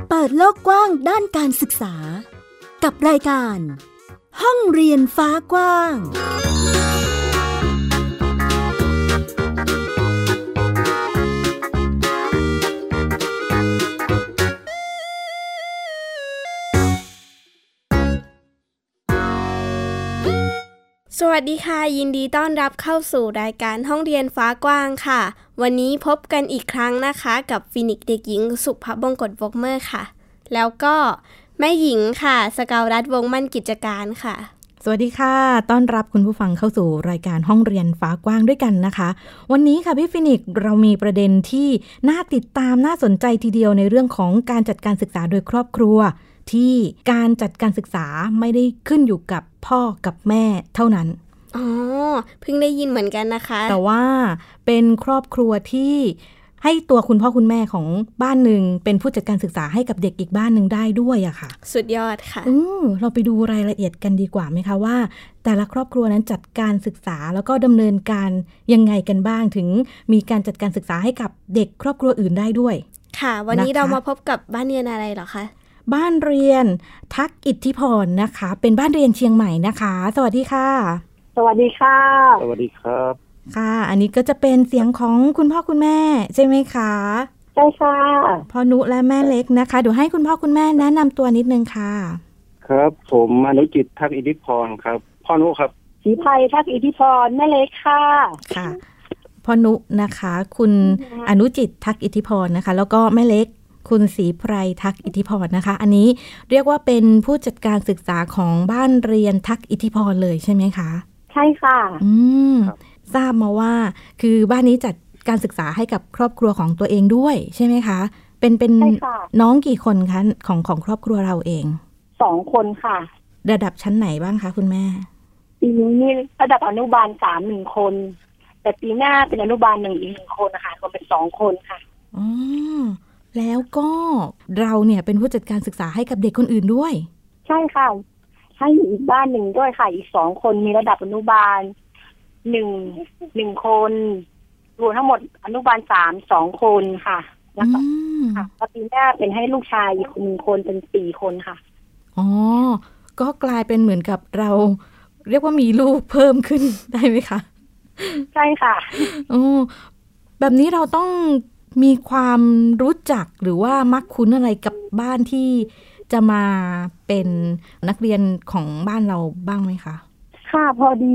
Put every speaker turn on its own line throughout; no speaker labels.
กว้างด้านการศึกษา กับรายการ ห้องเรียนฟ้ากว้าง
สวัสดีค่ะ ยินดีต้อนรับเข้าสู่รายการห้องเรียนฟ้ากว้างค่ะ วันนี้พบกันอีกครั้งนะคะกับฟินิกซ์เด็กหญิงสุภบงกตวกเมอร์ค่ะ แล้วก็แม่หญิงค่ะ สกาวรัฐวงศ์มั่นกิจการค่ะ
สวัสดีค่ะ ต้อนรับคุณผู้ฟังเข้าสู่รายการห้องเรียนฟ้ากว้างด้วยกันนะคะ วันนี้ค่ะพี่ฟินิกส์เรามีประเด็นที่น่าติดตามน่าสนใจทีเดียวในเรื่องของการจัดการศึกษาโดยครอบครัว ที่การจัดการศึกษาไม่ได้ขึ้นอยู่กับพ่อกับแม่เท่านั้น
อ๋อ เพิ่งได้ยินเหมือนกันนะคะ
แต่ว่าเป็นครอบครัวที่ให้ตัวคุณพ่อคุณแม่ของบ้านหนึ่งเป็นผู้จัดการศึกษาให้กับเด็กอีกบ้านหนึ่งได้ด้วยอะค่ะ
สุดยอดค่ะ
อืมเราไปดูรายละเอียดกันดีกว่าไหมคะว่า แต่ละครอบครัวนั้นจัดการศึกษาแล้วก็ดำเนินการยังไงกันบ้างถึง มีการจัดการศึกษาให้กับเด็กครอบครัวอื่นได้ด้วย
ค่ะ วันนี้
นะคะ
เรามาพบกับบ้านเรียนอะไรเหรอคะ
บ้านเรียน ทักอิทธิพรนะคะ เป็นบ้านเรียนเชียงใหม่นะคะ สวัสดีค่ะ
สวัสดีค่ะ
สวัสดีครับ
ค่ะ อันนี้ก็จะเป็นเสียงของคุณพ่อคุณแม่ ใช่ไหมคะ
ใช่ค่ะ
พ่อนุและแม่เล็กนะคะเดี๋ยวให้คุณพ่อคุณแม่แนะนำตัวนิดนึงค่ะ
ครับ ผมอนุจิตทักอิทธิพรครับ พ่อนุครับ
สีภัยทักอิทธิพรแม่เล็กค่ะ
ค่ะพ่อนุนะคะ คุณอนุจิตทักอิทธิพรนะคะ แล้วก็แม่เล็ก คุณศรีไพรทักอิทธิพรนะคะ อันนี้เรียกว่าเป็นผู้จัดการศึกษาของบ้านเรียนทักอิทธิพรเลยใช่ไหมคะ
ใช่ค่ะ
อืม
ครับ
ทราบมาว่า คือบ้านนี้จัดการศึกษาให้กับครอบครัวของตัวเองด้วยใช่ไหมคะ เป็นเป็น
ใช่ค่ะ
น้องกี่คนคะของของครอบครัวเราเอง
สองคนค่ะ
ระดับชั้นไหนบ้างคะคุณแม่
ปีนี้ระดับอนุบาลสามหนึ่งคน แต่ปีหน้าเป็นอนุบาลหนึ่งอีกหนึ่งคนนะคะรวมเป็นสองคนค่ะ
อ๋อแล้วก็เราเนี่ยเป็นผู้จัดการศึกษาให้กับเด็กคนอื่นด้วย
ใช่ค่ะ ให้อยู่อีกบ้านหนึ่งด้วยค่ะ อีกสองคนมีระดับอนุบาลหนึ่งหนึ่งคนรวมทั้งหมดอนุบาลสามสองคนค่ะแล้วก็
อืม
ค่ะแล้วปีหน้าเป็นให้ลูกชายอีกหนึ่งคนเป็นสี่คนค่ะ
อ๋อ ก็กลายเป็นเหมือนกับเรา เรียกว่ามีลูกเพิ่มขึ้น ได้ไหมคะ
ใช่ค่ะ
โอ้แบบนี้เราต้องมีความรู้จักหรือว่ามักคุ้นอะไรกับบ้านที่จะมาเป็นนักเรียนของบ้านเราบ้างไหมคะ
ค่ะพอดี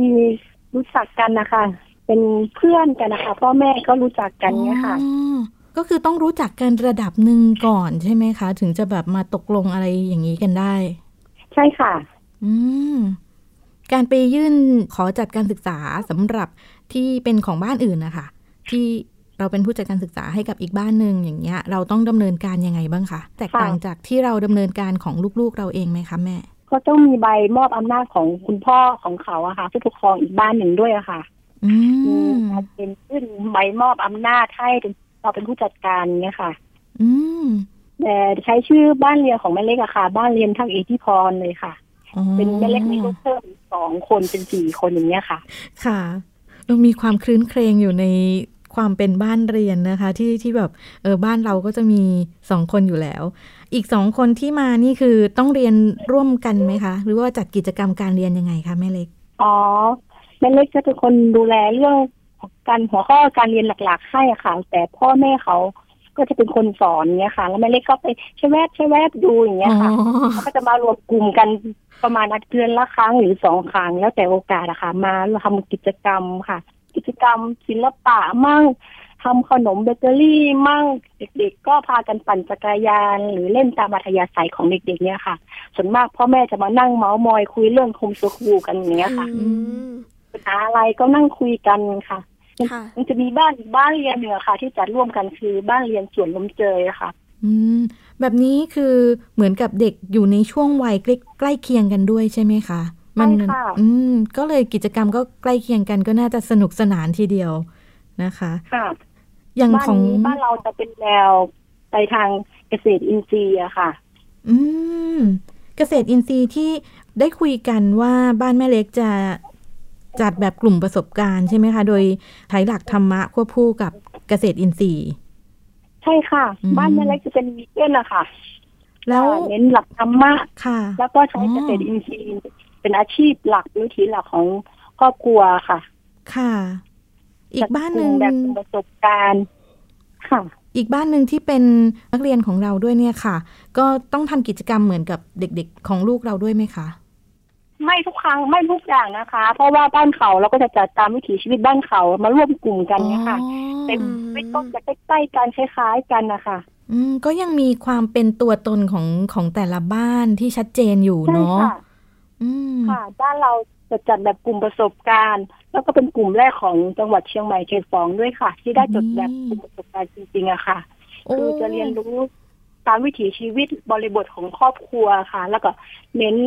รู้จักกันนะคะ เป็นเพื่อนกันนะคะ พ่อแม่ก็รู้จักกันเนี่ยค่ะ
อ๋อก็คือต้องรู้จักกันระดับหนึ่งก่อนใช่ไหมคะ ถึงจะแบบมาตกลงอะไรอย่างนี้กันได้
ใช่ค่ะ
อืม การไปยื่นขอจัดการศึกษาสำหรับที่เป็นของบ้านอื่นนะคะที่เราเป็นผู้จัดการศึกษาให้กับอีกบ้านหนึ่งอย่างเงี้ย เราต้องดำเนินการยังไงบ้างคะแตกต่างจากที่เราดำเนินการของลูกๆเราเองไหมคะแม่
ก็ต้องมีใบมอบอำนาจของคุณพ่อของเขาอะค่ะ ผู้ปกครองอีกบ้านหนึ่งด้วยอะค่ะ
อืม
มีการเป็นขึ้นใบมอบอำนาจให้เราเป็นผู้จัดการเนี่ยค่ะ
อืม
แต่ใช้ชื่อบ้านเรียนของแม่เล็กอะค่ะ บ้านเรียนทั้งอิทธิพรเลยค่ะ
อ๋อ
เป็นแม่เล็กมีลูกเพิ่มอีกสองคนเป็นสี่คนอย่างเงี้ยค่ะ
ค่ะเรามีความคลื้นเครงอยู่ในความเป็นบ้านเรียนนะคะ ที่ที่แบบเออบ้านเราก็จะมีสองคนอยู่แล้ว อีกสองคนที่มานี่คือต้องเรียนร่วมกันไหมคะ หรือว่าจัดกิจกรรมการเรียนยังไงคะแม่เล็ก
อ๋อแม่เล็กจะเป็นคนดูแลเรื่องการหัวข้อการเรียนหลัก ๆ ให้อะค่ะ แต่พ่อแม่เขาก็จะเป็นคนสอนเงี้ยค่ะ แล้วแม่เล็กก็ไปใช้แวบใช้แวบดูอย่างเงี้ยค่ะเขาก็จะมารวมกลุ่มกันประมาณอาทิตย์เดือนละครั้งหรือสองครั้งแล้วแต่โอกาสอะค่ะ มาทำกิจกรรมค่ะ กิจกรรมศิลปะมั่งทำขนมเบเกอรี่มั่งเด็ก ๆ ก็พากันปั่นจักรยาน หรือเล่นตามอัธยาศัยของเด็ก ๆ เนี่ยค่ะ ส่วนมากพ่อแม่จะมานั่งเมาส์มอยคุยเรื่องโฮมสกูลกันอย่างเงี้ยค่ะ
อืม
ปัญหาอะไรก็นั่งคุยกันค่ะ
ค่ะ
มันจะมีบ้านอีกบ้านเรียนเหนือะค่ะ ที่จัดร่วมกันคือบ้านเรียนสวนลมเจยอะค่ะ
อืมแบบนี้คือเหมือนกับเด็กอยู่ในช่วงวัยใกล้ใกล้เคียงกันด้วยใช่ไหมคะมั
ใช่ค่ะ
อืมก็เลยกิจกรรมก็ใกล้เคียงกันก็น่าจะสนุกสนานทีเดียวนะคะ
ค่ะ
อย่าง
บ้าน
ของ
นี้บ้านเราจะเป็นแนวไปทางเกษตรอินทรีย์อะค่ะ
อืมเกษตรอินทรีย์ที่ได้คุยกันว่าบ้านแม่เล็กจะจัดแบบกลุ่มประสบการณ์ใช่ไหมคะ โดยใช้หลักธรรมะควบคู่กับเกษตรอินทรีย์
ใช่ค่ะ
อืม
บ้านแม่เล็กจะเป็นวีเก้นอะค่ะ
แล้ว
ค่ะเน้นหลักธรรมะ
ค่ะ
แล้วก็ใช้
อ๋อ
เกษตรอินทรีย์เป็นอาชีพหลักวิถีหลักของครอบครัวค่ะ
ค่ะ อีกบ้านหนึ่ง
จัดกลุ่มแบบเป็นประสบการณ์ค่ะ
อีกบ้านหนึ่งที่เป็นนักเรียนของเราด้วยเนี่ยค่ะ ก็ต้องทำกิจกรรมเหมือนกับเด็กๆ ของลูกเราด้วยไหมคะ
ไม่ทุกครั้งไม่ทุกอย่างนะคะ เพราะว่าบ้านเขาเราก็จะจัดตามวิถีชีวิตบ้านเขามาร่วมกลุ่มกันเนี่ยค่ะ เป็น
อืม
ไม่ต้องจะใกล้ๆกันคล้ายๆกันนะคะ
อืมก็ยังมีความเป็นตัวตนของของแต่ละบ้านที่ชัดเจนอยู่
ใช่
เนาะ
ค่ะ
อืม
ค่ะ บ้านเราจะจัดแบบกลุ่มประสบการณ์ แล้วก็เป็นกลุ่มแรกของจังหวัดเชียงใหม่เขตสองด้วยค่ะ ที่ได้จดแบบกลุ่มประสบการณ์จริงๆอะค่ะ
โอ้
คือจะเรียนรู้ตามวิถีชีวิตบริบทของครอบครัวค่ะ แล้วก็เน้น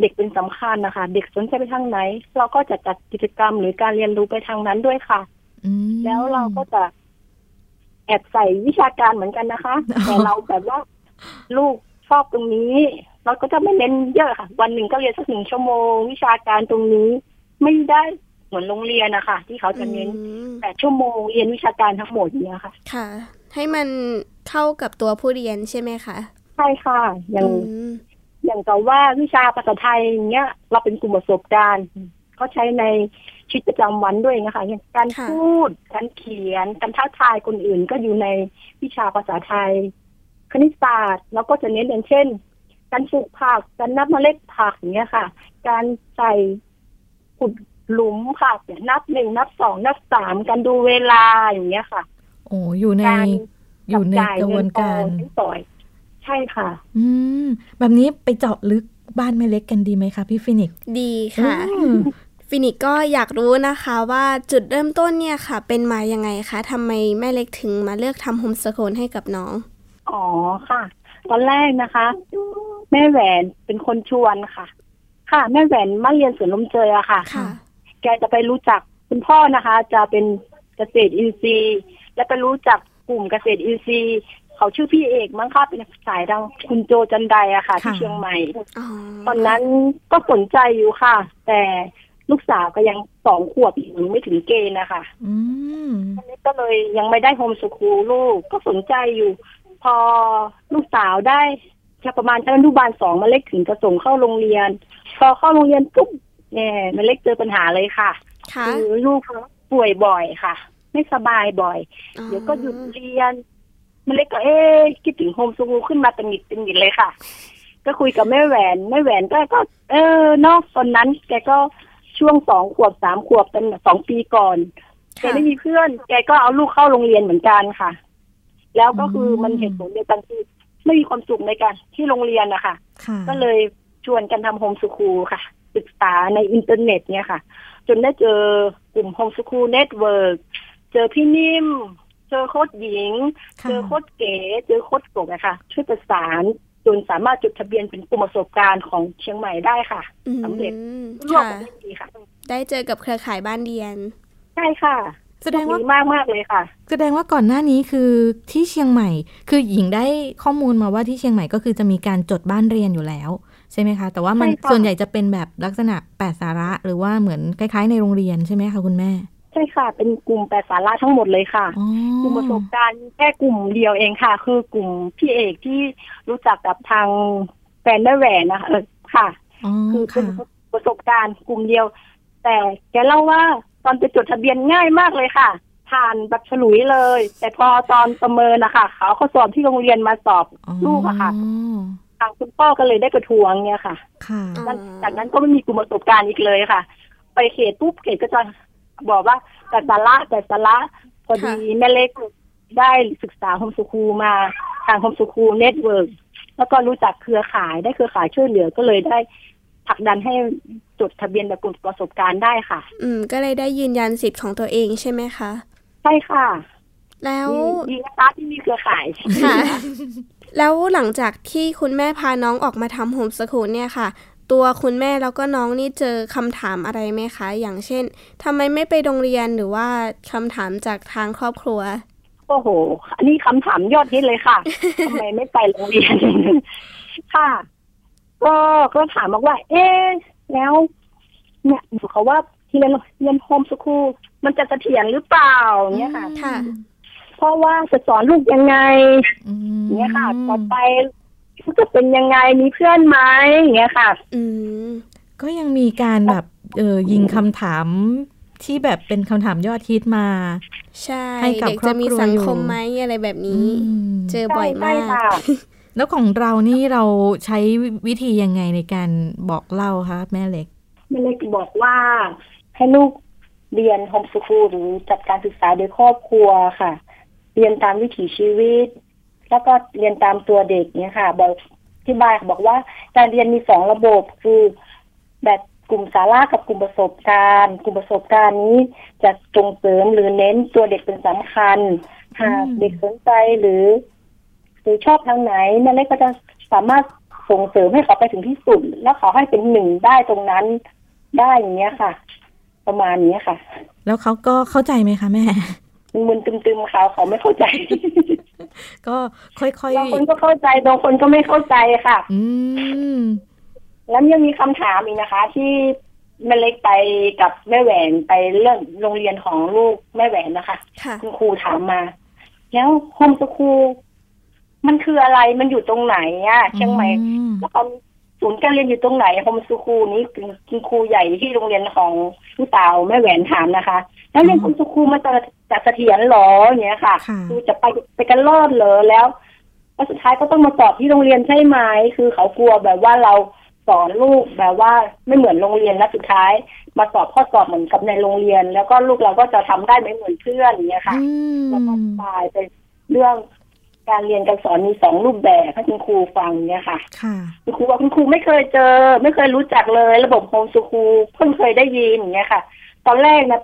เด็กเป็นสำคัญนะคะ เด็กสนใจไปทางไหน เราก็จะจัดกิจกรรมหรือการเรียนรู้ไปทางนั้นด้วยค่ะ
อืม
แล้วเราก็จะแอบใส่วิชาการเหมือนกันนะคะ แต่เราแบบว่าลูกชอบตรงนี้ เราก็จะไม่เน้นเยอะค่ะ วันหนึ่งก็เรียนสักหนึ่งชั่วโมง วิชาการตรงนี้ ไม่ได้เหมือนโรงเรียนนะคะที่เขาจะเน้น
อืม
แปดชั่วโมงเรียนวิชาการทั้งหมดอย่างเนี้ยค่ะ
ค่ะ ให้มันเข้ากับตัวผู้เรียนใช่ไหมคะ
ใช่ค่ะ อย่าง
อืม
อย่างกับว่าวิชาภาษาไทยอย่างเงี้ย เราเป็นกลุ่มประสบการณ์เขาใช้ในชีวิตประจำวันด้วยนะคะอย่างการ
ค่ะ
พูด การเขียน การท้าทายคนอื่นก็อยู่ในวิชาภาษาไทย คณิตศาสตร์แล้วก็จะเน้นอย่างเช่น การปลูกผักการนับเมล็ดผักอย่างเงี้ยค่ะ การใส่ขุดหลุมผักเนี่ยนับหนึ่งนับสองนับสามการดูเวลาอย่างเงี้ยค่ะ
โอ้อยู่ใน
การ
อยู่ใน
จับจ่าย
กระบวนการ
เงินทองใช้สอยใช่ค่ะ
อืม แบบนี้ไปเจาะลึกบ้านแม่เล็กกันดีไหมคะพี่ฟินิกซ์
ดีค่ะ
อืม
ฟินิกก็อยากรู้นะคะว่าจุดเริ่มต้นเนี่ยค่ะ เป็นมายังไงคะทำไมแม่เล็กถึงมาเลือกทำโฮมสกูลให้กับน้อง
อ๋อค่ะ ตอนแรกนะคะ แม่แหวนเป็นคนชวนค่ะ ค่ะ แม่แหวนมาเรียนสวนลมเจยอะค่ะ
ค่ะ
แกจะไปรู้จักคุณพ่อนะคะ จะเป็นเกษตรอินทรีย์ และไปรู้จักกลุ่มเกษตรอินทรีย์ เขาชื่อพี่เอกมั้งค่ะเป็นสายดังคุณโจจันไดอะค่ะ ที่
ค่ะ
เชียงใหม่
อ๋อ
ตอนนั้นก็สนใจอยู่ค่ะ แต่ลูกสาวก็ยังสองขวบอยู่ไม่ถึงเกณฑ์นะคะ
อืม
อันนี้ก็เลยยังไม่ได้โฮมสคูลลูกก็สนใจอยู่ พอลูกสาวได้ประมาณชั้นอนุบาลสองมาเล็กถึงจะส่งเข้าโรงเรียน พอเข้าโรงเรียนปุ๊บเนี่ยมาเล็กเจอปัญหาเลยค่ะ
ค่ะ
คือลูกเขาป่วยบ่อยค่ะ ไม่สบายบ่อย
อ๋อ
เดี๋ยวก็หยุดเรียนมันเล็กก็เอ๊ะคิดถึงโฮมสกูลขึ้นมาตันหิดตันหิดเลยค่ะ ก็คุยกับแม่แหวนแม่แหวนก็ก็ เออเนอกตอนนั้น แกก็ช่วงสองขวบสามขวบเป็นสองปีก่อน แก
ค่ะ
ไม่มีเพื่อน แกก็เอาลูกเข้าโรงเรียนเหมือนกันค่ะ แล้วก็คือ
ม
มันเหตุผลเดียวกันคือไม่มีความสุขในการที่โรงเรียนนะคะ
ค่ะ
ก็เลยชวนกันทำโฮมสคูลค่ะ ศึกษาในอินเทอร์เน็ตเนี่ยค่ะ จนได้เจอกลุ่มโฮมสคูลเน็ตเวิร์กเจอพี่นิ่ม เจอโค้ดหญิง
ค่ะ
เจอโค้ดเก๋ เจอโค้ดกบนะคะช่วยประสานจนสามารถจดทะเบียนเป็นกลุ่มประสบการณ์ของเชียงใหม่ได้ค่ะ สำเร็จ
อืม
ร่วม
ค่ะ
กันได้ดีค่ะ
ได้เจอกับเครือข่ายบ้านเรียน
ใช่ค่ะ
แสดงว่า
ดีมากมากๆเลยค่ะ
แสดงว่าก่อนหน้านี้คือที่เชียงใหม่ คือหญิงได้ข้อมูลมาว่าที่เชียงใหม่ก็คือจะมีการจดบ้านเรียนอยู่แล้ว ใช่ไหมคะ แต่ว่ามัน
ใช่ค่ะ
ส่วนใหญ่จะเป็นแบบลักษณะแปดสาระหรือว่าเหมือนคล้ายๆในโรงเรียนใช่ไหมคะคุณแม่
ใช่ค่ะ เป็นกลุ่มแปดสาระทั้งหมดเลยค่ะ
อ๋อก
ลุ่มประสบการณ์แค่กลุ่มเดียวเองค่ะ คือกลุ่มพี่เอกที่รู้จักกับทางแฟนแม่แหวนนะคะเออค่ะ
อ๋อ
คือเป็น
ค่ะ
ประสบการณ์กลุ่มเดียว แต่แกเล่าว่าตอนจะจดทะเบียนง่ายมากเลยค่ะ ผ่านแบบฉลุยเลย แต่พอตอนประเมินนะคะเขาเอาข้อสอบที่โรงเรียนมาสอบลูกอะค่ะ
อ๋อ
ทางคุณพ่อก็เลยได้ประท้วงเนี่ยค่ะ
ค่ะ
อ๋อ
นั้นจากนั้นก็ไม่มีกลุ่มประสบการณ์อีกเลยค่ะ ไปเขตปุ๊บเขตก็จะบอกว่าแต่สาระแต่สาระพอดีแม่เล็กได้ศึกษาโฮมสคูลมาทางโฮมสคูลเน็ตเวิร์กแล้วก็รู้จักเครือข่ายได้เครือข่ายช่วยเหลือก็เลยได้ผลักดันให้จดทะเบียนแบบกลุ่มประสบการณ์ได้ค่ะ
อืม ก็เลยได้ยืนยันสิทธิ์ของตัวเองใช่ไหมคะ
ใช่ค่ะ
แล้ว
ดีดีนะคะที่มีเครือข่าย
ค่ะ แล้วหลังจากที่คุณแม่พาน้องออกมาทำโฮมสกูลเนี่ยค่ะ ตัวคุณแม่แล้วก็น้องนี่เจอคำถามอะไรไหมคะ อย่างเช่นทำไมไม่ไปโรงเรียนหรือว่าคำถามจากทางครอบครัว
โอ้โห อันนี้คำถามยอดฮิตเลย ค่ะ ทำไมไม่ไปโรงเรียน ค่ะ ก็ก็ถามบอกว่า เอ๊ะ แล้ว เนี่ยหนูเขาว่าที่เรียนเรียนโฮมสคูลมันจะเสถียรหรือเปล่าเนี่ยค่ะ
ค่ะ
เพราะว่าจะสอนลูกยังไง
อืม
เนี่ยค่ะ ต่อไป รู้สึกเป็นยังไงมีเพื่อนไหมอย่างเงี้ยค่ะ
อืม
ก็ยังมีการแบบเออยิงคำถามที่แบบเป็นคำถามยอดฮิตมา
ใช่
ให้กับ
เด็กจะมี
ครอบ
สัง
ครัวอยู่
คมไหมอะไรแบบ
อื
นี้
ม
เจอบ่อยมา
ใช่
ก
ใช่ค่ะ
แล้วของเรานี่เราใช้วิธียังไงในการบอกเล่าคะแม่เล็ก
แม่เล็กบอกว่าให้ลูกเรียนโฮมสคูลหรือจัดการศึกษาโดยครอบครัวค่ะ เรียนตามวิถีชีวิต แล้วก็เรียนตามตัวเด็กเนี่ยค่ะ บอกอธิบายบอกว่าการเรียนมีสองระบบคือ แบบกลุ่มสาระกับกลุ่มประสบการณ์ กลุ่มประสบการณ์นี้จะส่งเสริมหรือเน้นตัวเด็กเป็นสำคัญหาก
อืม
เด็กสนใจหรือ หรือชอบทางไหนแม่เล็กก็จะสามารถส่งเสริมให้เขาไปถึงที่สุด แล้วเขาให้เป็นหนึ่งได้ตรงนั้นได้อย่างเงี้ยค่ะ ประมาณเนี้ยค่ะ
แล้วเขาก็เข้าใจไหมคะแม่
มึนๆตึมๆเขาเขาไม่เข้าใจ
ก็ค่อย
บางคนก็ เข้าใจบางคนก็ไม่เข้าใจค่ะ
ๆ อืม
แล้วยังมีคำถามอีกนะคะ ที่แม่เล็กไปกับแม่แหวนไปเรื่องโรงเรียนของลูกแม่แหวนนะคะ
ค่ะ
คุณครูถามมา แล้วโฮมสคูลมันคืออะไรมันอยู่ตรงไหนอะเชียงใหม่
อืม
แล้วเขาศูนย์การเรียนอยู่ตรงไหนโฮมสคูลนี้คุณคุณครูใหญ่ที่โรงเรียนของผู้เตาแม่แหวนถามนะคะ แล้วเรียนโฮมสคูลมาจะจะเสถียรเหรออย่างเงี้ยค่ะ
ค่ะ
อจะไปไปกันรอดเหรอแล้วแล้วสุดท้ายก็ต้องมาสอบที่โรงเรียนใช่ไหมคือเขากลัวแบบว่าเราสอนลูกแบบว่าไม่เหมือนโรงเรียนแล้วสุดท้าย มาสอบข้อสอบเหมือนกับในโรงเรียน แล้วก็ลูกเราก็จะทำได้ไม่เหมือนเพื่อนอย่างเงี้ยค่ะ
อื
แล้วก็
ม
ตายไปเรื่องการเรียนการสอนมีสองรูปแบบให้คุณครูฟังเนี่ยค่ะ
ค่ะ
คุณครูว่าคุณครูไม่เคยเจอ ไม่เคยรู้จักเลย ระบบโฮมสคูลเพิ่งเคยได้ยินอย่างเงี้ยค่ะ ตอนแรกนะ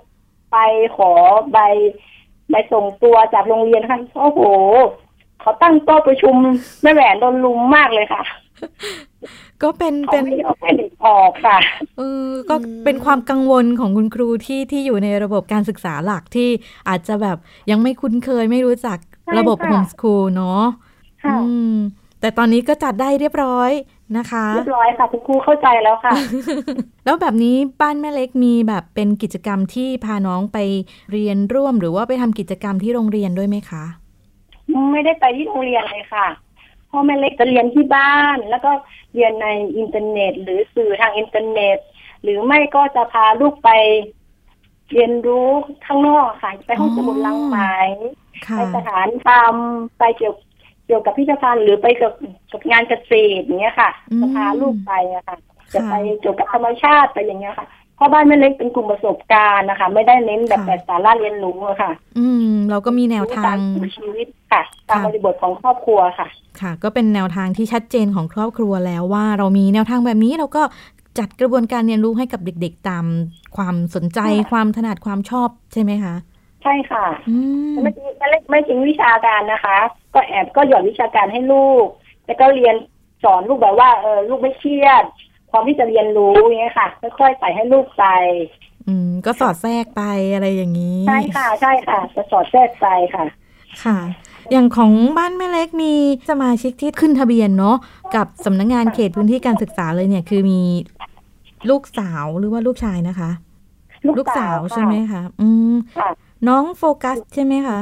ไปขอใบใบส่งตัวจากโรงเรียนค่ะโอ้โหเขาตั้งโต๊ะประชุมแม่แหวนโดนลุมมากเลยค่ะ
ก็เป็น
เขา
เป็น
ไม่ยอมให้เด็กออกค่ะ
เออ ก็เป็นความกังวลของคุณครูที่ที่อยู่ในระบบการศึกษาหลักที่อาจจะแบบยังไม่คุ้นเคยไม่รู้จัก
ใช่
ระบบ
ค่ะ
โฮมสคูลเนาะ
ค่ะ
อืม แต่ตอนนี้ก็จัดได้เรียบร้อยนะคะ
เรียบร้อยค่ะ คุณครูเข้าใจแล้วค่ะ
แล้วแบบนี้บ้านแม่เล็กมีแบบเป็นกิจกรรมที่พาน้องไปเรียนร่วม หรือว่าไปทำกิจกรรมที่โรงเรียนด้วยไหมคะ
ไม่ได้ไปที่โรงเรียนเลยค่ะเพ่อแม่เล็กจะเรียนที่บ้าน แล้วก็เรียนในอินเทอร์เน็ต หรือสื่อทางอินเทอร์เน็ต หรือไม่ก็จะพาลูกไป เรียนรู้ข้างนอกค่ะ ไปห้อง
อ๋อ
สมุดหลังไหม
ค่ะ
ไปสถานธรรมไปเกี่ยวเกี่ยวกับพิพิธภัณฑ์หรือไปเกี่ยวกับงานเกษตรอย่างเงี้ยค่ะ
อืม
จะพาลูกไปอะค่ะ จะ
ค่ะ
ไปเกี่ยวกับธรรมชาติไปอย่างเงี้ยค่ะเพราะบ้านแม่เล็กเป็นกลุ่มประสบการณ์นะคะ ไม่ได้เน้นแบบ
ค่ะ
แบบสาระเรียนรู้อะค่ะ
อืม เราก็มีแนวทาง
ตมชีวิตค่ะ ตาม
ค่ะ
บริบทของครอบครัวค่ะ
ค่ะก็เป็นแนวทางที่ชัดเจนของครอบครัวแล้วว่าเรามีแนวทางแบบนี้เราก็จัดกระบวนการเรียนรู้ให้กับเด็กๆ ตามความสนใจ
ค่ะ
ความถนัดความชอบใช่ไหมคะ
ใช่ค่ะ
อืม
ไม่ไม่เล่นไม่ทิ้งวิชาการนะคะ ก็แอบก็หย่อนวิชาการให้ลูก แล้วก็เรียนสอนลูกแบบว่าเออลูกไม่เครียดพร้อมที่จะเรียนรู้อย่างเงี้ยค่ะค่อยๆใส่ให้ลูกไป
อืมก็สอดแทรกไปอะไรอย่างนี้
ใช่ค่ะ ใช่ค่ะจะสอดแทรกใจค่ะ
ค่ะ อย่างของบ้านแม่เล็กมีสมาชิกที่ขึ้นทะเบียนเนาะกับสำนักงานเขตพื้นที่การศึกษาเลยเนี่ย คือมีลูกสาวหรือว่าลูกชายนะคะ ลูกสาวใช่ไหมคะอืม
ค่ะ
น้องโฟกัสใช่ไหมคะ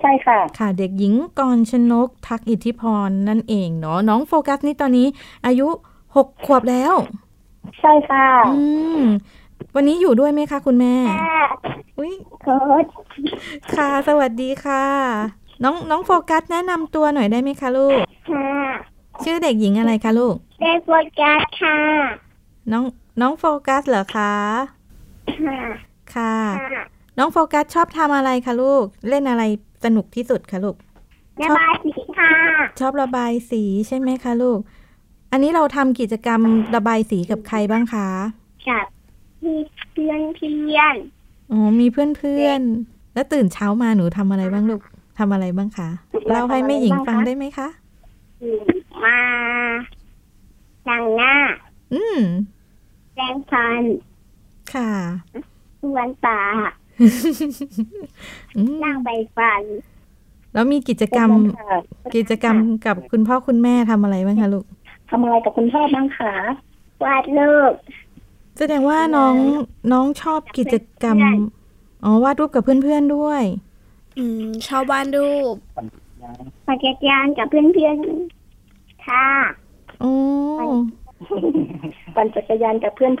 ใช่ค่ะ
ค่ะเด็กหญิงกรชนกทักอิทธิพรนั่นเองเนาะน้องโฟกัสนี่ตอนนี้ อายุหกขวบแล้ว
ใช่ค่ะ
อืมวันนี้อยู่ด้วยไหมคะคุณแม่อุ้ย
เคิร์ด
ค่ะ สวัสดีค่ะ น้องน้องโฟกัสแนะนำตัวหน่อยได้ไหมคะลูก
ค่ะ
ชื่อเด็กหญิงอะไรคะลูก
ได้โปรดการ์ดค่ะ
น้องน้องโฟกัสเหรอคะ
ค่ะ
ค่ะ
ค่ะ
น้องโฟกัสชอบทำอะไรคะลูก เล่นอะไรสนุกที่สุดคะลูก
ระบายสีค่ะ
ชอบระบายสีใช่ไหมคะลูก อันนี้เราทำกิจกรรมระบายสีกับใครบ้างคะ
กับมีเพื่อนเพื่อน
อ๋อ มีเพื่อนเพื่อนๆ แล้วตื่นเช้ามาหนูทำอะไรบ้างลูก ทำอะไรบ้างคะเล่าให้แม่หญิงฟังได้ไหมคะ
มาดังหน้า
อืม
แดงฟัน
ค่ะ
ส่วนปาก
อืม
ล่างใบฟัน
แล้วมีกิจกรรม
ค่ะ
กิจกรรมกับคุณพ่อคุณแม่ทำอะไรบ้างคะลูก
ทำอะไรกับคุณพ่อบ้างคะ
วาดรูป
แสดงว่าน้องน้องชอบกิจกรรม อ๋อ วาดรูปกับเพื่อนๆด้วย
อืมชอบวาดรูป
ปั่นจักรยานกับเพื่อนเพื่อน ค่ะ
อ๋อ
ปั่นจักรยานกับเพื่อน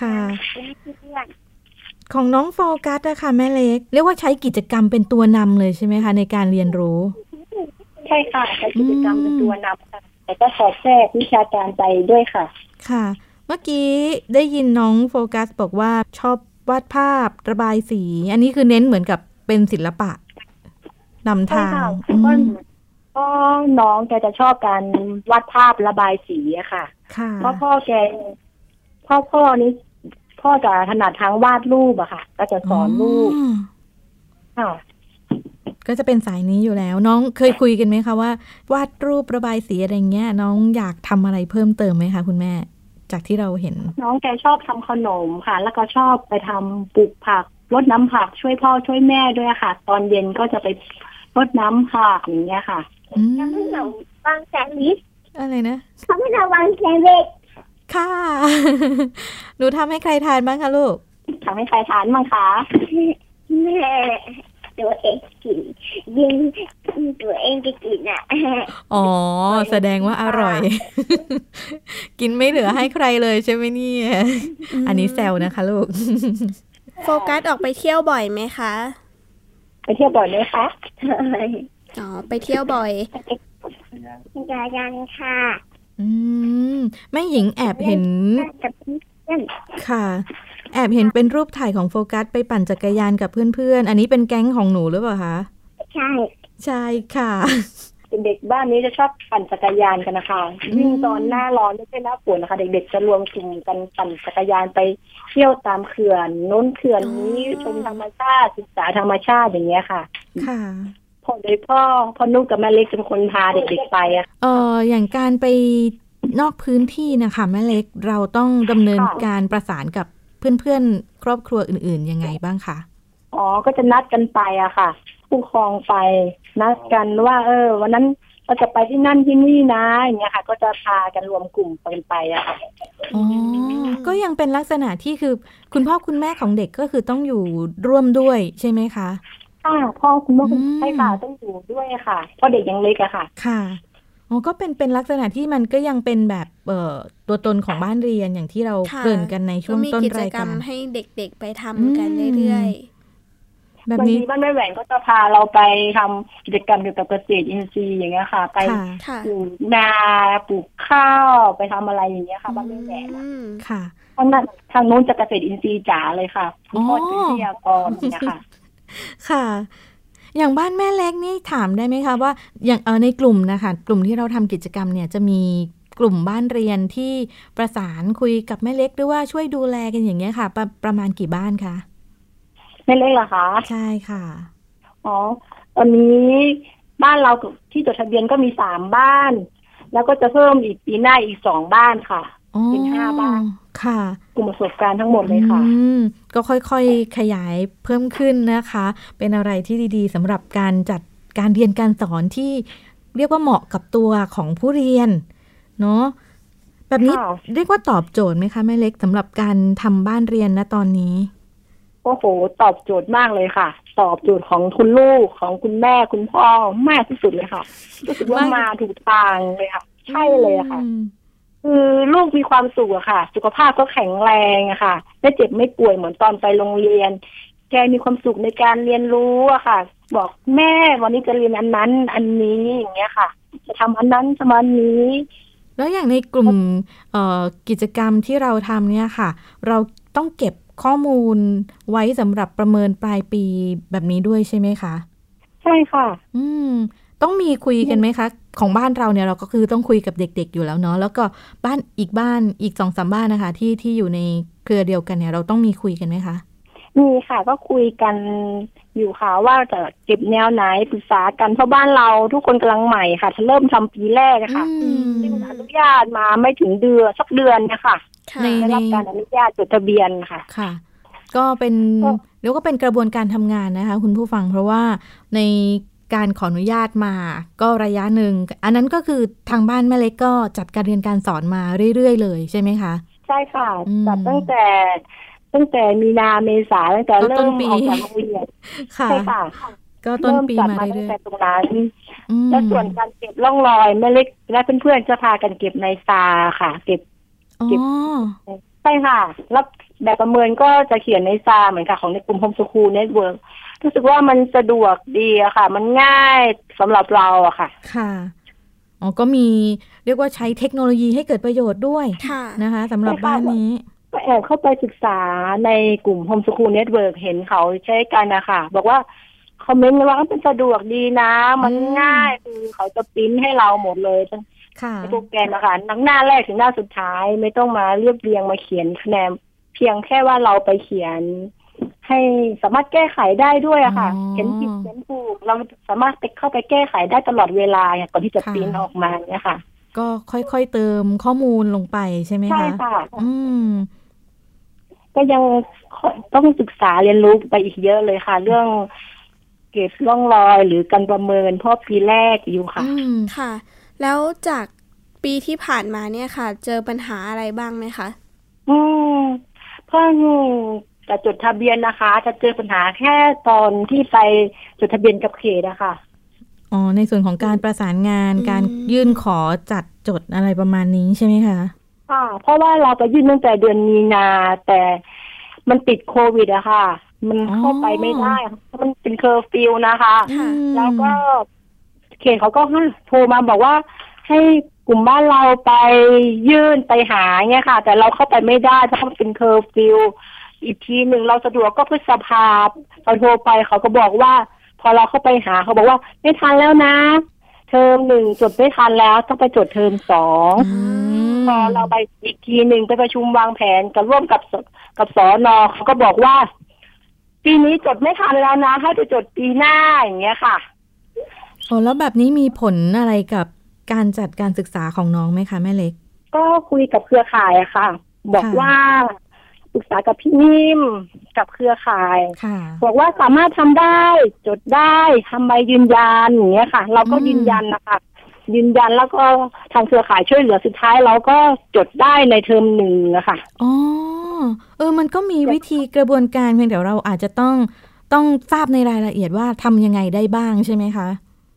ค่ะ
เพื่อน
ของน้องโฟกัสอะค่ะแม่เล็ก เรียกว่าใช้กิจกรรมเป็นตัวนำเลยใช่ไหมคะ ในการเรียนรู้
ๆใช่ค่ะใช้กิจกรรมเป็นตัวนำค่ะแต่ก็สอดแทรกวิชาการไปด้วยค่ะ
ค่ะ เมื่อกี้ได้ยินน้องโฟกัสบอกว่าชอบวาดภาพระบายสี อันนี้คือเน้นเหมือนกับเป็นศิลปะนำ
ใช่
ทางอื
ค่ะก็
ม
ก็น้องแกจะชอบการวาดภาพระบายสีอะค่ะ
ค่ะ
เพราะพ่อแกพ่อพ่อนี้ พ่อจะถนัดทางวาดรูปอะค่ะ ก็จะสอนรูปค่ะ
ก็จะเป็นสายนี้อยู่แล้ว น้องเคยคุยกันไหมคะว่า วาดรูประบายสีอะไรเงี้ย น้องอยากทำอะไรเพิ่มเติมไหมคะคุณแม่ จากที่เราเห็น
น้องแกชอบทำขนมค่ะ แล้วก็ชอบไปทำปลูกผักรดน้ำผักช่วยพ่อช่วยแม่ด้วยค่ะ ตอนเย็นก็จะไปรดน้ำผักอย่างเงี้ยค่ะ
อืม
ๆเขาไม่ระวังแซนด์วิช
อะไรนะ
เขาไม่ระวังแซนด์วิช
ค่ะ หนูทำให้ใครทานบ้างคะลูก
ทำให้ใครทานบ้างคะ
แม่ตัวเองกินยิงตัวเองไปกินอ่ะ
อ๋อ แสดงว่าอร่อย กินไม่เหลือให้ใครเลยใช่ไหมเนี่ย อันนี้แซวนะคะลูก
โฟกัสออกไปเที่ยวบ่อยไหมคะ
ไปเที่ยวบ่อยไหมคะ
อ๋อไปเที่ยวบ่อย
จะยังค่ะ
อืมแม่หญิงแอบเห็น
น่าจะเป็นเพื่อน
ค่ะ แอบเห็นเป็นรูปถ่ายของโฟกัสไปปั่นจักรยานกับเพื่อนๆ อันนี้เป็นแก๊งของหนูหรือเปล่าคะ
ใช่
ใช่ค่ะ
เด็กๆบ้านนี้จะชอบปั่นจักรยานกันนะคะยิ่งตอนหน้าร้อนไม่ใช่หน้าฝนนะคะ เด็กๆจะรวมกลุ่มกันปั่นจักรยานไปเที่ยวตามเขื่อนน้นเขื่อนนี้
อ๋อ
ชมธรรมชาติศึกษาธรรมชาติอย่างเงี้ยค่ะ
ค่ะ
พ่อโดยพ่อพ่อนุกกับแม่เล็กเป็นคนพาเด็กๆไปอะ
เอ่ออย่างการไปนอกพื้นที่นะคะแม่เล็กเราต้องดำเนิน
ค่ะ
การประสานกับเพื่อนๆ ครอบครัวอื่นๆ ยังไงบ้างคะ
อ๋อ ก็จะนัดกันไปอะค่ะ ผู้ปกครองไป นัดกันว่า เออ วันนั้นเราจะไปที่นั่นที่นี่นะอย่างเงี้ยค่ะ ก็จะพากันรวมกลุ่มกันไปอะค่ะ
อ๋อ ก็ยังเป็นลักษณะที่คือคุณพ่อคุณแม่ของเด็กก็คือต้องอยู่ร่วมด้วยใช่ไหมคะ
ค่ะ พ่อคุณแม่คุณ
อืม
ใช่ค่ะต้องอยู่ด้วยค่ะ เพราะเด็กยังเล็กอะค่ะ
ค่ะ อ๋อ ก็เป็นเป็นลักษณะที่มันก็ยังเป็นแบบเอ่อตัวตนของบ้านเรียนอย่างที่เรา
ค่ะ
เกริ่นกันในช่วง
มี
ต้น
กิจ
ราย
กร
การ
ม
ร
ให้เด็กๆไปทำกันเรื่อย
แบบ
บาง
นี้
ทีบ้านแม่แหวนก็จะพาเราไปทำกิจกรรมเกี่ยวกับเกษตรอินทรีย์อย่างเงี้ยค่ะ ไป
ค่ะ
ๆ ค่ะ
ปลูกนาปลูกข้าวไปทำอะไรอย่างเงี้ยค่ะบ้านแม่แหวน
อืม
ค่ะ
ทางนั้นทางโน้นจะเกษตรอินทรีย์จ๋าเลยค่ะคุณพ่อจะ
อ๋
เป็
อ
นวิทยากรอย่างเงี้ยค่ะ
ค่ะ อย่างบ้านแม่เล็กนี่ถามได้ไหมคะว่า อย่างเออในกลุ่มนะคะ กลุ่มที่เราทำกิจกรรมเนี่ยจะมีกลุ่มบ้านเรียนที่ประสานคุยกับแม่เล็กหรือว่าช่วยดูแลกันอย่างเงี้ยค่ะประประมาณกี่บ้านคะ
ไม่เล็กเหรอคะ
ใช่ค่ะ
อ๋อ ตอนนี้บ้านเราที่จดทะเบียนก็มีสามบ้าน แล้วก็จะเพิ่มอีกปีหน้าอีกสองบ้านค่ะ
อ๋อ
เป็นห้าบ้าน
ค่ะ
กลุ่มประสบการณ์ทั้งหมดเลยค่ะ
อืมก็ค่อยๆขยายเพิ่มขึ้นนะคะ เป็นอะไรที่ดีๆสำหรับการจัดการเรียนการสอนที่เรียกว่าเหมาะกับตัวของผู้เรียนเนาะแบบนี้
ค่ะ
เรียกว่าตอบโจทย์ไหมคะแม่เล็กสำหรับการทำบ้านเรียนนะตอนนี้
โอ้โห ตอบโจทย์มากเลยค่ะ ตอบโจทย์ของคุณลูกของคุณแม่คุณพ่อมากที่สุดเลยค่ะรู้สึกว่า
ไม่
มาถูกทางเลยค่ะ ใช่เลยอะค่ะ
อืม
คือลูกมีความสุขอะค่ะ สุขภาพก็แข็งแรงอะค่ะ ไม่เจ็บไม่ป่วยเหมือนตอนไปโรงเรียน แกมีความสุขในการเรียนรู้อะค่ะ บอกแม่วันนี้จะเรียนอันนั้น อันนี้อย่างเงี้ยค่ะ จะทำอันนั้นทำอันนี้
แล้วอย่างในกลุ่มเอ่อกิจกรรมที่เราทำเนี่ยค่ะ เราต้องเก็บข้อมูลไว้สำหรับประเมินปลายปีแบบนี้ด้วยใช่ไหมคะ
ใช่ค่ะ
อืม ต้องมีคุยกันไหมคะ ของบ้านเราเนี่ยเราก็คือต้องคุยกับเด็ก ๆ อยู่แล้วเนาะแล้วก็บ้านอีกบ้านอีกสองสามบ้านนะคะ ที่ที่อยู่ในเครือเดียวกันเนี่ยเราต้องมีคุยกันไหมคะ
มีค่ะก็คุยกันอยู่ค่ะว่าจะเก็บแนวไหนปรึกษากันเพราะบ้านเราทุกคนกำลังใหม่ค่ะจะเริ่มทำปีแรกอะค่ะ
อืม
ซึ่งอนุญาตมาไม่ถึงเดือนสักเดือนนะคะ
ค่ะ
ใน
ได้รับการอนุญาตจดทะเบียนค่ะ
ค่ะ ก็เป็น
ก็
เรียกว่าเป็นกระบวนการทำงานนะคะ คุณผู้ฟังเพราะว่าในการขออนุญาตมา ก็ระยะหนึ่ง อันนั้นก็คือทางบ้านแม่เล็กก็จัดการเรียนการสอนมาเรื่อย ๆ เลยใช่ไหมคะ
ใช่ค่ะ
อืม
จัดตั้งแต่ ตั้งแต่มีนาเมษาตั้งแต่
ก็ต้
เริ่
น
ม
ปี
ออกจากโรงเรียน
ค่ะ
ใช่ค่ะ
ก็ต้น
เริ่ม
ปี
กลับ
มา
มาตั้
เรื่อย
งแต่ตรงนั้น
ๆอืม
แล้วส่วนการเก็บร่องรอยแม่เล็ก และเพื่อนๆจะพากันเก็บในตาค่ะ เก็บ
อ๋อ
เก็บ ใช่ค่ะ แล้วแบบประเมินก็จะเขียนในซาเหมือนกับของในกลุ่มโฮมสคูลเน็ตเวิร์กรู้สึกว่ามันสะดวกดีอะค่ะ มันง่ายสำหรับเราอะค่ะ
ค่ะอ๋อก็มีเรียกว่าใช้เทคโนโลยีให้เกิดประโยชน์ด้วย
ค่ะ
นะคะสำหรับ
ใช่ค่ะ
บ้านนี้
ก็แอบเข้าไปศึกษาในกลุ่มโฮมสคูลเน็ตเวิร์กเห็นเขาใช้กันนะคะบอกว่าคอมเมนต์ว่ามันสะดวกดีนะ มันง่ายคือเขาจะปริ้นให้เราหมดเลยทั้ง
ค่ะ
โปรแกรมอะค่ะทั้งหน้าแรกถึงหน้าสุดท้ายไม่ต้องมาเรียบเรียงมาเขียนคะแนนเพียงแค่ว่าเราไปเขียน ให้สามารถแก้ไขได้ด้วยอะค่ะ
อ๋อ
เห็นผิดเห็นถูกเราสามารถไปเข้าไปแก้ไขได้ตลอดเวลาเนี่ยก่อนที่จะ
ค่ะ
ปริ้นออกมาเนี่ยค่ะ
ก็ค่อยๆเติมข้อมูลลงไปใช่ไหม
ใช่
คะ
ค่ะ
อืม
ก็ยังต้องศึกษาเรียนรู้ไปอีกเยอะเลยค่ะ เรื่องเก็บร่องรอยหรือการประเมินเพราะปีแรกอยู่ค่ะ
อืม
ค่ะ แล้วจากปีที่ผ่านมาเนี่ยค่ะ เจอปัญหาอะไรบ้างไหมคะ
อืมเพิ่งจะจดทะเบียนนะคะ จะเจอปัญหาแค่ตอนที่ไปจดทะเบียนกับเขตนะคะ
อ๋อ ในส่วนของการประสานงาน
อืม
การยื่นขอจัดจดอะไรประมาณนี้ใช่ไหมคะ
ค่ะ เพราะว่าเราไปยื่นตั้งแต่เดือนมีนา แต่มันติดโควิดอะค่ะ มันเข้าไปไม่ได้ มันเป็นเคอร์ฟิวนะคะ
ค่ะ
อืม
แล้วก็เขตเขาก็ให้โทรมาบอกว่า ให้กลุ่มบ้านเราไปยื่นไปหาเงี้ยค่ะ แต่เราเข้าไปไม่ได้เพราะมันเป็นเคอร์ฟิวอีกทีหนึ่งเราสะดวกก็พฤษภาเราโทรไปเขาก็บอกว่า พอเราเข้าไปหาเขาบอกว่าไม่ทันแล้วนะ เทอมหนึ่งจดไม่ทันแล้วต้องไปจดเทอมสอง
อืม
พอเราไปอีกทีหนึ่งไปประชุมวางแผนกับร่วมกับสกับสอนอเขาก็บอกว่า ปีนี้จดไม่ทันแล้วนะให้ไปจดปีหน้าอย่างเงี้ยค่ะ
โอ้แล้วแบบนี้มีผลอะไรกับการจัดการศึกษาของน้องไหมคะแม่เล็ก
ก็คุยกับเครือข่ายอะค่ะ บอก
ค่ะ
ว่าปรึกษากับพี่นิ่มกับเครือข่าย
ค่ะ
บอกว่าสามารถทำได้ จดได้ทำใบยืนยันอย่างเงี้ยค่ะ เราก็
อืม
ยืนยันนะคะยืนยันแล้วก็ทางเครือข่ายช่วยเหลือสุดท้ายเราก็จดได้ในเทอมหนึ่งอะค่ะ
อ๋อ เออ มันก็มีวิธีกระบวนการเพียงแต่เราอาจจะต้องต้องทราบในรายละเอียดว่าทำยังไงได้บ้างใช่ไหมคะ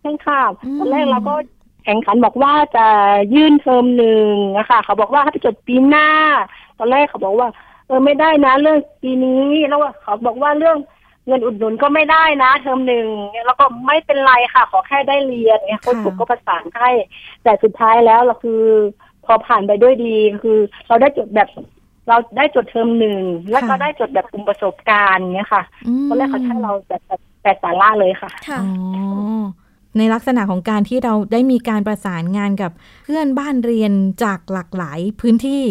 ใช่ค่ะ
อืม
ตอนแรกเราก็แข่งขันบอกว่าจะยื่นเทอมหนึ่งนะคะเขาบอกว่าให้ไปจดปีหน้า ตอนแรกเขาบอกว่า เออไม่ได้นะเรื่องปีนี้แล้วเขาบอกว่าเรื่องเงินอุดหนุนก็ไม่ได้นะ เทอมหนึ่งแล้วก็ไม่เป็นไรค่ะ ขอแค่ได้เรียนเนี่ยคนผมก็ประสานให้แต่สุดท้ายแล้วเราคือ พอผ่านไปด้วยดีคือ เราได้จดแบบ เราได้จดเทอมหนึ่งแล้วก็
ค่ะ
ได้จดแบบกลุ่มประสบการณ์เนี่ยค่ะ
ม
ตอนแรกเขาให้เราแบบแบบแบบสาระเลยค่ะ
ค่ะ
อ๋อ ในลักษณะของการที่เราได้มีการประสานงานกับเพื่อนบ้านเรียนจากหลากหลายพื้นที่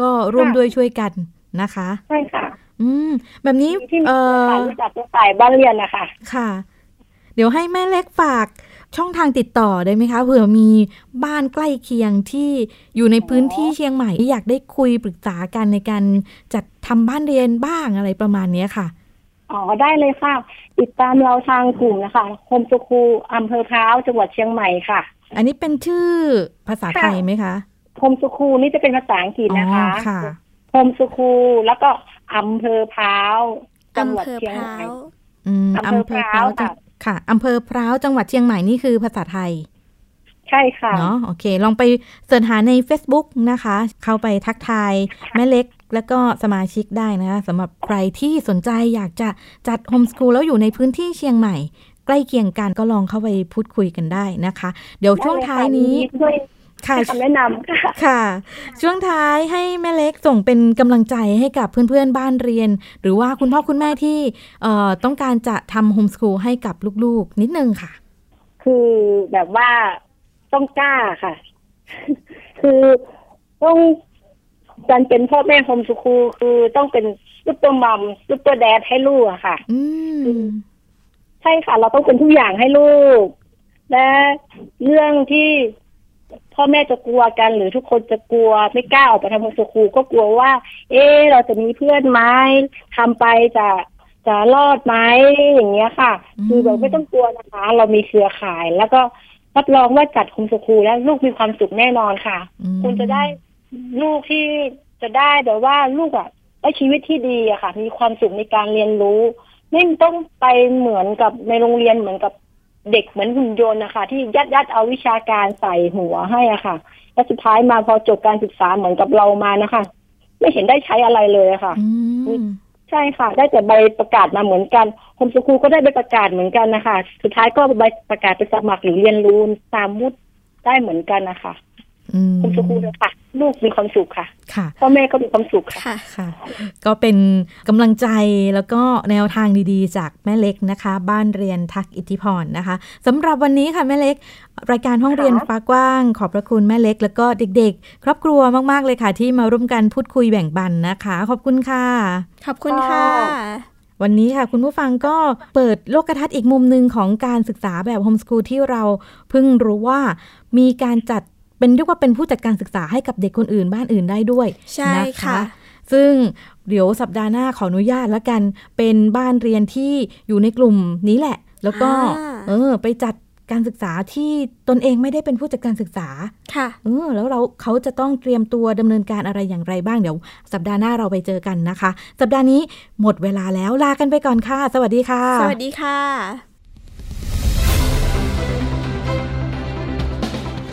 ก็ร่วม
ค่ะ
ด้วยช่วยกันนะคะ
ใช่ค่ะ
อืม แบบนี้
ที่มี
เออ
สายรู้จักเป็นสายบ้านเรียนนะคะ
ค่ะ เดี๋ยวให้แม่เล็กฝากช่องทางติดต่อได้ไหมคะเผื่อมีบ้านใกล้เคียงที่อยู่ในพื้นที่เชียงใหม่ที่อยากได้คุยปรึกษากันในการจัดทำบ้านเรียนบ้างอะไรประมาณเนี้ยค่ะ
อ๋อได้เลยค่ะ ติดตามเราทางกลุ่มนะคะโฮมสคูลอำเภอพร้าวจังหวัดเชียงใหม่ค่ะ
อันนี้เป็นชื่อภาษาไทยไหมคะ
โฮมสคูลนี่จะเป็นภาษาอังกฤษ
อ๋อ
นะคะ
ค่ะ
โฮมสคูลแล้วก็อำเภอพร้าวจังห
อำ
วัด
เภอ
เชียง
พ
ให
ร้า
ม่
ว
อืม
อำเภอพร้าว
จัง
ค่ะ
ค่ะอำเภอพร้าวจังหวัดเชียงใหม่นี่คือภาษาไทย
ใช่ค่ะ
เนาะโอเค ลองไปเสิร์ชหาใน Facebook นะคะ เข้าไปทักทายแม่เล็กแล้วก็สมาชิกได้นะคะสำหรับใครที่สนใจอยากจะจัดโฮมส o ูลแล้วอยู่ในพื้นที่เชียงใหม่ ใกล้เคียงกันก็ลองเข้าไปพูดคุยกันได้นะคะ เดี๋ยวช่วงท้ายนี้
ได้เลยค่ะยิน
ค่ะ
ดีด้วยให้คำแนะนำค่ะ
ค่ะ ช่วงท้ายให้แม่เล็กส่งเป็นกำลังใจให้กับเพื่อนๆบ้านเรียน หรือว่าคุณพ่อคุณแม่ที่เอ่อต้องการจะทำโฮมส o ูลให้กับลูกๆ นิดนึงค่ะ
คือแบบว่าต้องกล้าค่ะ คือต้องการเป็นพ่อแม่โฮมสคูลคือต้องเป็นซุปเปอร์มัมซุปเปอร์แดดให้ลูกอะค่ะ
อืม
ใช่ค่ะ เราต้องเป็นทุกอย่างให้ลูก และเรื่องที่พ่อแม่จะกลัวกันหรือทุกคนจะกลัวไม่กล้าออกไปทำงานสคูลก็กลัวว่า เอ๊ะเราจะมีเพื่อนไหมทำไปจะจะรอดไหมอย่างเงี้ยค่ะ
อืม
คือแบบไม่ต้องกลัวนะคะ เรามีเครือข่าย แล้วก็รับรองว่าจัดคุมสคูลแล้วลูกมีความสุขแน่นอนค่ะ
อืม
คุณจะได้ลูกที่จะได้แบบว่าลูกอะได้ชีวิตที่ดีอะค่ะ มีความสุขในการเรียนรู้ นี่ต้องไปเหมือนกับในโรงเรียนเหมือนกับเด็กเหมือนหุ่นยนต์นะคะที่ยัดยัดๆเอาวิชาการใส่หัวให้อะค่ะ แล้วสุดท้ายมาพอจบการศึกษาเหมือนกับเรามานะคะ ไม่เห็นได้ใช้อะไรเลยอะค่ะ
อืม
ใช่ค่ะ ได้แต่ใบประกาศมาเหมือนกันโฮมสกูลก็ได้ใบประกาศเหมือนกันนะคะ สุดท้ายก็ใบประกาศไปสมัครหรือเรียนรู้ตามวุฒิได้เหมือนกันนะคะ
อืม
โฮมสกูลเลยค่ะ ลูกมีความสุขค่ะ
ค่ะ
พ่อแม่ก็มีความสุขค่ะ
ค่ะ
ค่ะ ก็เป็นกำลังใจแล้วก็แนวทางดีๆ จากแม่เล็กนะคะ บ้านเรียนทักอิทธิพรนะคะสำหรับวันนี้ค่ะแม่เล็ก รายการห้องเรียนฟ้ากว้าง ขอบพระคุณแม่เล็ก แล้วก็เด็กๆ ครอบครัวมากๆเลยค่ะ ที่มาร่วมกันพูดคุยแบ่งปันนะคะ ขอบคุณค่ะ
ขอบคุณค่ะ
วันนี้ค่ะ คุณผู้ฟังก็เปิดโลกทัศน์อีกมุมหนึ่งของการศึกษาแบบโฮมสกูลที่เราเพิ่งรู้ว่ามีการจัดเป็นเรียกว่าเป็นผู้จัดการศึกษาให้กับเด็กคนอื่น บ้านอื่นได้ด้วย
ใช่
น
ค่ะ
ซึ่งเดี๋ยวสัปดาห์หน้าขออนุญาตแล้วกัน เป็นบ้านเรียนที่อยู่ในกลุ่มนี้แหละ แล้วก็
อ่า
เออ ไปจัดการศึกษาที่ตนเองไม่ได้เป็นผู้จัดการศึกษา
ค่ะ
เออแล้วเราเขาจะต้องเตรียมตัวดำเนินการอะไรอย่างไรบ้างเดี๋ยว สัปดาห์หน้าเราไปเจอกันนะคะ สัปดาห์นี้หมดเวลาแล้วลากันไปก่อนค่ะ สวัสดีค่ะ
สวัสดีค่ะ